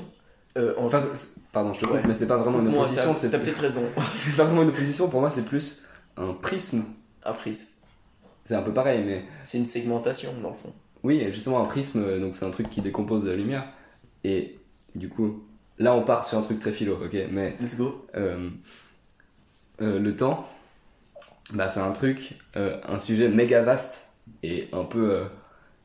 [SPEAKER 3] euh, en-
[SPEAKER 9] Enfin, c'est- c'est- pardon, je te coupe,
[SPEAKER 3] Ouais.
[SPEAKER 9] mais c'est pas vraiment une
[SPEAKER 3] Moi,
[SPEAKER 9] opposition.
[SPEAKER 3] t'as-
[SPEAKER 9] C'est
[SPEAKER 3] T'as peut-être raison,
[SPEAKER 9] c'est pas vraiment une opposition, pour moi, c'est plus un prisme.
[SPEAKER 3] un prisme.
[SPEAKER 9] C'est un peu pareil, mais
[SPEAKER 3] C'est une segmentation dans le fond.
[SPEAKER 9] oui, justement, un prisme, euh, donc c'est un truc qui décompose de la lumière. Et du coup, là, on part sur un truc très philo, ok, mais
[SPEAKER 3] Let's go.
[SPEAKER 9] euh, euh, le temps, bah, c'est un truc, euh, un sujet méga vaste et un peu. euh,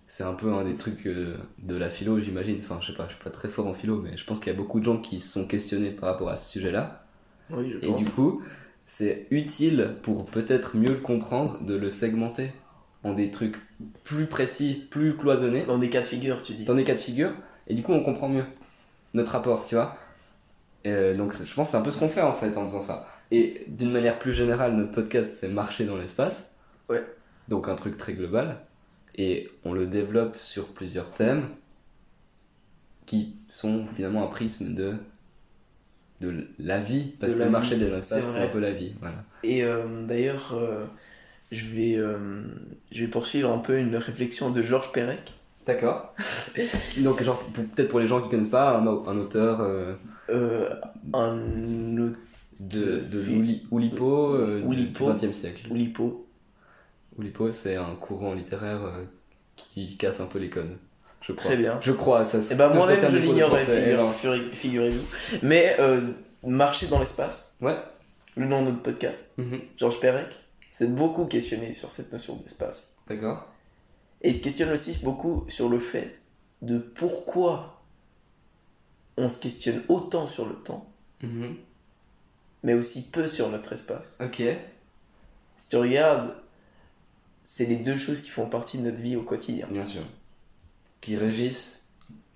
[SPEAKER 9] c'est un peu un des trucs euh, de la philo, j'imagine. Enfin, je sais pas, je suis pas très fort en philo, mais je pense qu'il y a beaucoup de gens qui se sont questionnés par rapport à ce sujet-là.
[SPEAKER 3] Oui, je
[SPEAKER 9] Et
[SPEAKER 3] pense.
[SPEAKER 9] du coup, c'est utile pour peut-être mieux le comprendre de le segmenter en des trucs plus précis, plus cloisonnés,
[SPEAKER 3] Dans des cas de figure, tu dis.
[SPEAKER 9] dans des cas de figure, et du coup, on comprend mieux notre rapport, tu vois. Euh, donc c'est- je pense que c'est un peu ce qu'on fait en fait en faisant ça. Et d'une manière plus générale, notre podcast c'est marcher dans l'espace.
[SPEAKER 3] Ouais.
[SPEAKER 9] Donc un truc très global. Et on le développe sur plusieurs thèmes qui sont finalement un prisme de de la vie parce
[SPEAKER 3] De
[SPEAKER 9] que
[SPEAKER 3] la
[SPEAKER 9] marcher
[SPEAKER 3] vie,
[SPEAKER 9] dans l'espace
[SPEAKER 3] c'est
[SPEAKER 9] c'est
[SPEAKER 3] vrai.
[SPEAKER 9] un peu la vie voilà
[SPEAKER 3] Et euh, d'ailleurs, euh, je, vais, euh, je vais poursuivre un peu une réflexion de Georges Perec.
[SPEAKER 9] d'accord donc genre pour- peut-être pour les gens qui connaissent pas un, au- un auteur euh,
[SPEAKER 3] Euh, un autre
[SPEAKER 9] de, de
[SPEAKER 3] Oui.
[SPEAKER 9] l'Ouli- Oulipo euh, du- du
[SPEAKER 3] Oulipo.
[SPEAKER 9] 20e siècle
[SPEAKER 3] Oulipo.
[SPEAKER 9] Oulipo, c'est un courant littéraire euh, qui casse un peu les codes, je crois.
[SPEAKER 3] Très bien.
[SPEAKER 9] Je crois, ça
[SPEAKER 3] Et ben
[SPEAKER 9] je
[SPEAKER 3] moi-même,
[SPEAKER 9] retiens
[SPEAKER 3] je
[SPEAKER 9] le cours de
[SPEAKER 3] l'ignorais,
[SPEAKER 9] français, eh
[SPEAKER 3] figure- figure- figurez-vous. Mais euh, Marcher dans l'espace,
[SPEAKER 9] ben. Ouais.
[SPEAKER 3] le nom de notre podcast,
[SPEAKER 9] Mhm.
[SPEAKER 3] Georges Perec s'est beaucoup questionné sur cette notion d'espace.
[SPEAKER 9] D'accord.
[SPEAKER 3] Et il se questionne aussi beaucoup sur le fait de pourquoi on se questionne autant sur le temps,
[SPEAKER 9] Mhm.
[SPEAKER 3] mais aussi peu sur notre espace.
[SPEAKER 9] Ok.
[SPEAKER 3] Si tu regardes, c'est les deux choses qui font partie de notre vie au quotidien.
[SPEAKER 9] Bien sûr. Qui régissent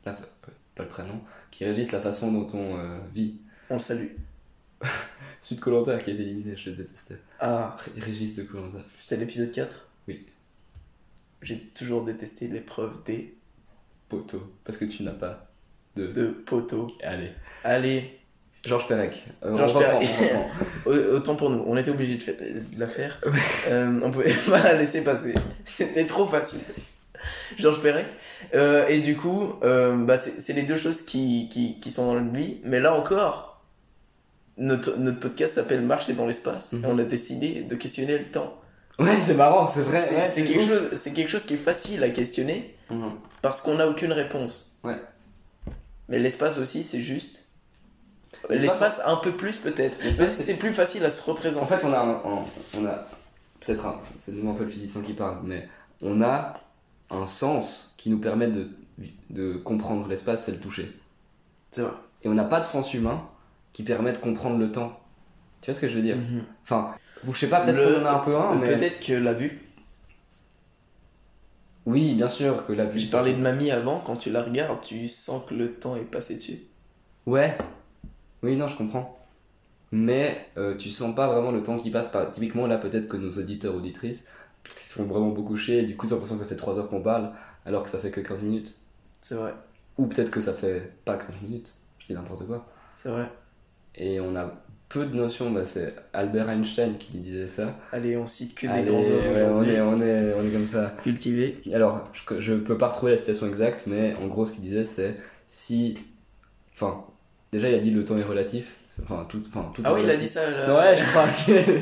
[SPEAKER 9] la fa- euh, pas le prénom, qui régissent la façon dont on euh, vit.
[SPEAKER 3] On le salue.
[SPEAKER 9] Sud Colanta qui a été éliminé, je le détestais.
[SPEAKER 3] Ah,
[SPEAKER 9] Ré- Régis de Colanta.
[SPEAKER 3] c'était l'épisode 4
[SPEAKER 9] Oui.
[SPEAKER 3] J'ai toujours détesté l'épreuve des
[SPEAKER 9] Poteau, parce que tu n'as pas de.
[SPEAKER 3] deux poteaux.
[SPEAKER 9] Allez.
[SPEAKER 3] Allez,
[SPEAKER 9] Georges Perec. Euh,
[SPEAKER 3] Georges
[SPEAKER 9] on reprend,
[SPEAKER 3] Perec.
[SPEAKER 9] on reprend.
[SPEAKER 3] au- autant pour nous, on était obligé de, fa- de la faire. Euh, on pouvait pas la laisser passer. C'était trop facile. Georges Perec. Euh, et du coup, euh, bah, c'est c'est les deux choses qui, qui, qui sont dans notre vie. Mais là encore, notre, notre podcast s'appelle Marcher dans l'espace
[SPEAKER 9] Mhm.
[SPEAKER 3] et on a décidé de questionner le temps.
[SPEAKER 9] Ouais, c'est marrant, c'est vrai.
[SPEAKER 3] C'est
[SPEAKER 9] ouais,
[SPEAKER 3] c'est quelque,
[SPEAKER 9] ouf.
[SPEAKER 3] chose- c'est quelque chose qui est facile à questionner
[SPEAKER 9] Mhm.
[SPEAKER 3] parce qu'on n'a aucune réponse.
[SPEAKER 9] Ouais.
[SPEAKER 3] Mais l'espace aussi, c'est juste.
[SPEAKER 9] L'espace-
[SPEAKER 3] L'espace un peu plus peut-être. Mais
[SPEAKER 9] L'espace, c'est-
[SPEAKER 3] C'est plus facile à se représenter.
[SPEAKER 9] En fait, on a, un- un- on a peut-être un, c'est de nouveau un peu le physicien qui parle, mais on a un sens qui nous permet de, de comprendre l'espace, c'est le toucher.
[SPEAKER 3] c'est vrai.
[SPEAKER 9] Et on n'a pas de sens humain qui permet de comprendre le temps. Tu vois ce que je veux dire
[SPEAKER 3] Mhm.
[SPEAKER 9] Enfin, vous, je sais pas, peut-être
[SPEAKER 3] Le-
[SPEAKER 9] qu'on en a un peu un, mais
[SPEAKER 3] Peut-être que la vue.
[SPEAKER 9] oui, bien sûr que la vue.
[SPEAKER 3] J'ai parlé de mamie avant, quand tu la regardes, tu sens que le temps est passé dessus.
[SPEAKER 9] Ouais. Oui, non, je comprends. Mais euh, tu sens pas vraiment le temps qui passe. Par... Typiquement, là, peut-être que nos auditeurs, auditrices, peut-être qu'ils sont vraiment beaucoup couchés, et du coup, ils ont l'impression que ça fait 3 heures qu'on parle, alors que ça fait que 15 minutes.
[SPEAKER 3] C'est vrai.
[SPEAKER 9] Ou peut-être que ça fait pas 15 minutes, je dis n'importe quoi.
[SPEAKER 3] C'est vrai.
[SPEAKER 9] Et on a peu de notions, bah, c'est Albert Einstein qui disait ça.
[SPEAKER 3] Allez, on cite que des
[SPEAKER 9] Allez,
[SPEAKER 3] grands hommes
[SPEAKER 9] ouais, on,
[SPEAKER 3] aujourd'hui.
[SPEAKER 9] est, on, est, on est comme ça.
[SPEAKER 3] Cultivés.
[SPEAKER 9] Alors, je, je peux pas retrouver la citation exacte, mais en gros, ce qu'il disait, c'est si. Enfin, déjà, il a dit le temps est relatif. Enfin, tout, enfin, tout
[SPEAKER 3] Ah
[SPEAKER 9] est
[SPEAKER 3] oui, il a
[SPEAKER 9] relatif.
[SPEAKER 3] dit ça. là.
[SPEAKER 9] Ouais, je crois que.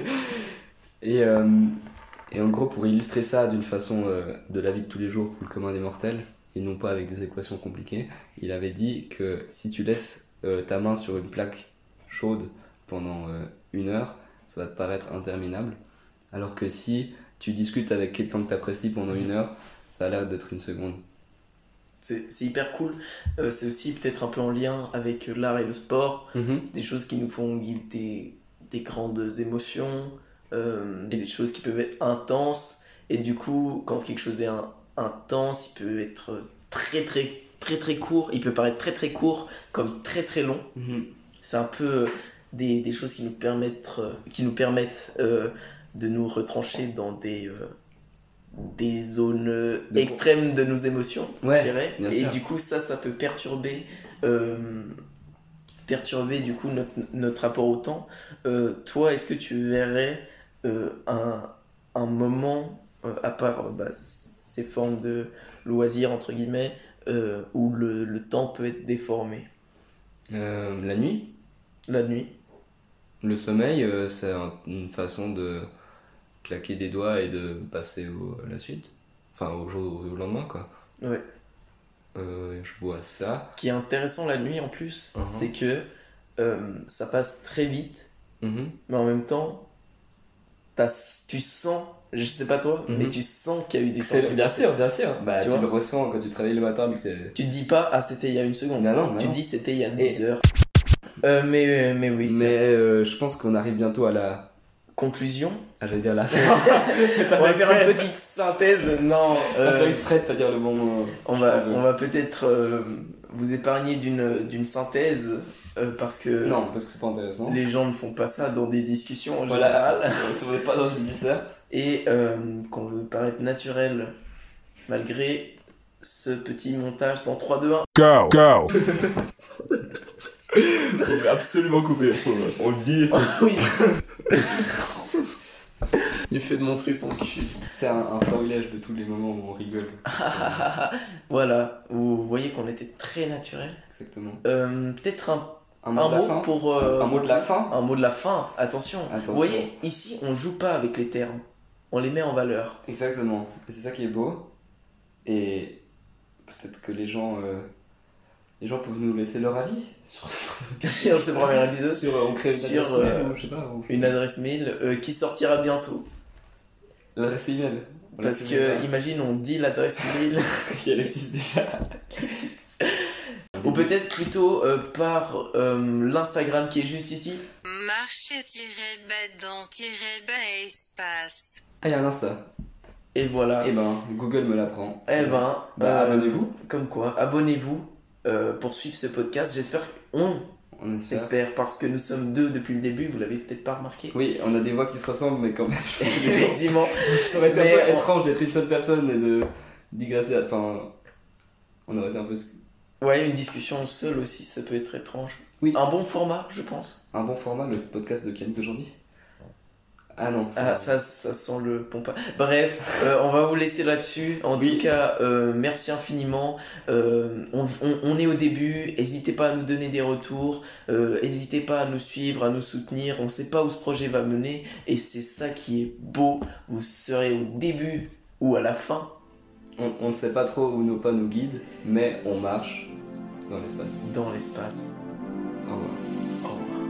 [SPEAKER 9] Et, euh, et en gros, pour illustrer ça d'une façon euh, de la vie de tous les jours pour le commun des mortels, et non pas avec des équations compliquées, il avait dit que si tu laisses euh, ta main sur une plaque chaude pendant euh, une heure, ça va te paraître interminable. Alors que si tu discutes avec quelqu'un que tu apprécies pendant une heure, ça a l'air d'être une seconde.
[SPEAKER 3] C'est c'est hyper cool. Euh, c'est aussi peut-être un peu en lien avec l'art et le sport. Des choses qui nous font vivre des, des grandes émotions, euh,
[SPEAKER 9] Et-
[SPEAKER 3] des choses qui peuvent être intenses. Et du coup, quand quelque chose est in- intense, il peut être très très très très court. Il peut paraître très très court comme très très long. C'est un peu euh, des, des choses qui nous permettent, euh, qui nous permettent euh, de nous retrancher dans des, euh, des zones euh,
[SPEAKER 9] De-
[SPEAKER 3] extrêmes de nos émotions,
[SPEAKER 9] Ouais,
[SPEAKER 3] je dirais.
[SPEAKER 9] bien
[SPEAKER 3] Et
[SPEAKER 9] sûr.
[SPEAKER 3] du coup, ça, ça peut perturber, euh, perturber du coup notre, notre rapport au temps. Euh, toi, est-ce que tu verrais euh, un, un moment, euh, à part euh, bah, ces formes de loisirs, entre guillemets, euh, où le, le temps peut être déformé
[SPEAKER 9] Euh, la nuit
[SPEAKER 3] La nuit
[SPEAKER 9] Le sommeil, euh, c'est un- une façon de claquer des doigts et de passer au, à la suite. Enfin, au jour, au lendemain, quoi.
[SPEAKER 3] Ouais.
[SPEAKER 9] Euh, je vois ça.
[SPEAKER 3] qui est intéressant la nuit en plus,
[SPEAKER 9] Mhm.
[SPEAKER 3] c'est que euh, ça passe très vite,
[SPEAKER 9] Mhm.
[SPEAKER 3] mais en même temps, t'as- tu sens, je sais pas toi,
[SPEAKER 9] Mhm.
[SPEAKER 3] mais tu sens qu'il y a eu du temps. qui est
[SPEAKER 9] Bien
[SPEAKER 3] passé.
[SPEAKER 9] sûr, bien sûr. Bah,
[SPEAKER 3] Tu
[SPEAKER 9] tu,
[SPEAKER 3] vois
[SPEAKER 9] le ressens quand tu travailles le matin, mais que t'es.
[SPEAKER 3] Tu te dis pas, ah c'était il y a une seconde.
[SPEAKER 9] Non, non,
[SPEAKER 3] tu
[SPEAKER 9] non.
[SPEAKER 3] dis c'était il y a
[SPEAKER 9] Et-
[SPEAKER 3] 10 heures. Euh, mais, mais oui, c'est
[SPEAKER 9] Mais euh, je pense qu'on arrive bientôt à la.
[SPEAKER 3] conclusion.
[SPEAKER 9] À, j'allais dire la fin.
[SPEAKER 3] On va faire une petite synthèse. Non,
[SPEAKER 9] Pas
[SPEAKER 3] euh,
[SPEAKER 9] faire exprès de pas dire le bon mot.
[SPEAKER 3] on va,
[SPEAKER 9] Je veux.
[SPEAKER 3] on va peut-être euh, vous épargner d'une d'une synthèse euh, parce que
[SPEAKER 9] Non, parce que c'est pas intéressant.
[SPEAKER 3] les gens ne font pas ça dans des discussions en
[SPEAKER 9] Voilà.
[SPEAKER 3] général.
[SPEAKER 9] Si on n'est euh, pas dans une disserte.
[SPEAKER 3] et euh, qu'on veut paraître naturel malgré ce petit montage dans 3, 2, 1.
[SPEAKER 1] Go, go.
[SPEAKER 9] On veut absolument couper. on le dit.
[SPEAKER 3] Oui. Il fait de montrer son cul.
[SPEAKER 9] C'est un, un florilège de tous les moments où on rigole.
[SPEAKER 3] voilà, vous voyez qu'on était très naturel.
[SPEAKER 9] Exactement.
[SPEAKER 3] Euh, Peut-être un,
[SPEAKER 9] Un mot
[SPEAKER 3] un
[SPEAKER 9] de la
[SPEAKER 3] mot
[SPEAKER 9] fin
[SPEAKER 3] pour. euh,
[SPEAKER 9] Un mot de la fin
[SPEAKER 3] Un mot de la fin, attention.
[SPEAKER 9] Attention.
[SPEAKER 3] Vous voyez, ici on joue pas avec les termes, on les met en valeur.
[SPEAKER 9] Exactement. Et c'est ça qui est beau. Et peut-être que les gens, euh, les gens peuvent nous laisser leur avis sur,
[SPEAKER 3] Sur hein, ce premier épisode,
[SPEAKER 9] sur euh, on crée une
[SPEAKER 3] Sur,
[SPEAKER 9] adresse email
[SPEAKER 3] euh,
[SPEAKER 9] ou je sais pas. on fait-
[SPEAKER 3] une adresse mail euh, qui sortira bientôt.
[SPEAKER 9] L'adresse email. hein. On
[SPEAKER 3] Parce
[SPEAKER 9] la
[SPEAKER 3] que,
[SPEAKER 9] publiera.
[SPEAKER 3] imagine, on dit l'adresse mail.
[SPEAKER 9] elle existe déjà.
[SPEAKER 3] Ou peut-être plutôt euh, par euh, l'Instagram qui est juste ici.
[SPEAKER 4] Marcher-badant-espace.
[SPEAKER 9] Ah, il y a un Insta.
[SPEAKER 3] Et voilà.
[SPEAKER 9] Eh ben, Google me l'apprend.
[SPEAKER 3] Ah. Eh ben,
[SPEAKER 9] Bah,
[SPEAKER 3] euh,
[SPEAKER 9] abonnez-vous.
[SPEAKER 3] Comme quoi, abonnez-vous euh, pour suivre ce podcast. J'espère on
[SPEAKER 9] On espère.
[SPEAKER 3] espère parce que nous sommes deux depuis le début. Vous l'avez peut-être pas remarqué.
[SPEAKER 9] Oui, on a des voix qui se ressemblent, mais quand même, je pense que les gens-
[SPEAKER 3] Effectivement.
[SPEAKER 9] Ça aurait été un
[SPEAKER 3] Mais
[SPEAKER 9] peu
[SPEAKER 3] on-
[SPEAKER 9] étrange d'être une seule personne et de digresser. à- Enfin, on aurait été un peu.
[SPEAKER 3] Ouais, une discussion seule aussi, ça peut être étrange.
[SPEAKER 9] Oui.
[SPEAKER 3] Un bon format, je pense.
[SPEAKER 9] Un bon format, le podcast de Ken d'aujourd'hui Ah non, ça-
[SPEAKER 3] Ah, ça, ça sent le pompa. Bref, euh, on va vous laisser là-dessus. En tout cas, euh, merci infiniment. Euh, on, on- on est au début. N'hésitez pas à nous donner des retours. Euh, N'hésitez pas à nous suivre, à nous soutenir. On ne sait pas où ce projet va mener. Et c'est ça qui est beau. Vous serez au début ou à la fin
[SPEAKER 9] on, on ne sait pas trop où nos pas nous guident, mais on marche dans l'espace.
[SPEAKER 3] dans l'espace.
[SPEAKER 9] Au revoir.
[SPEAKER 3] Au revoir.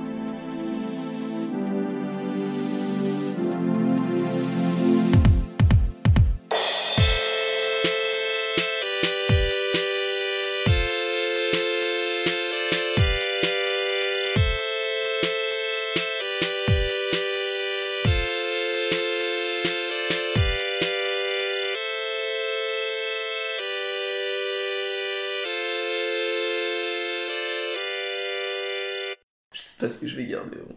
[SPEAKER 3] Je sais pas ce que je vais garder. bon.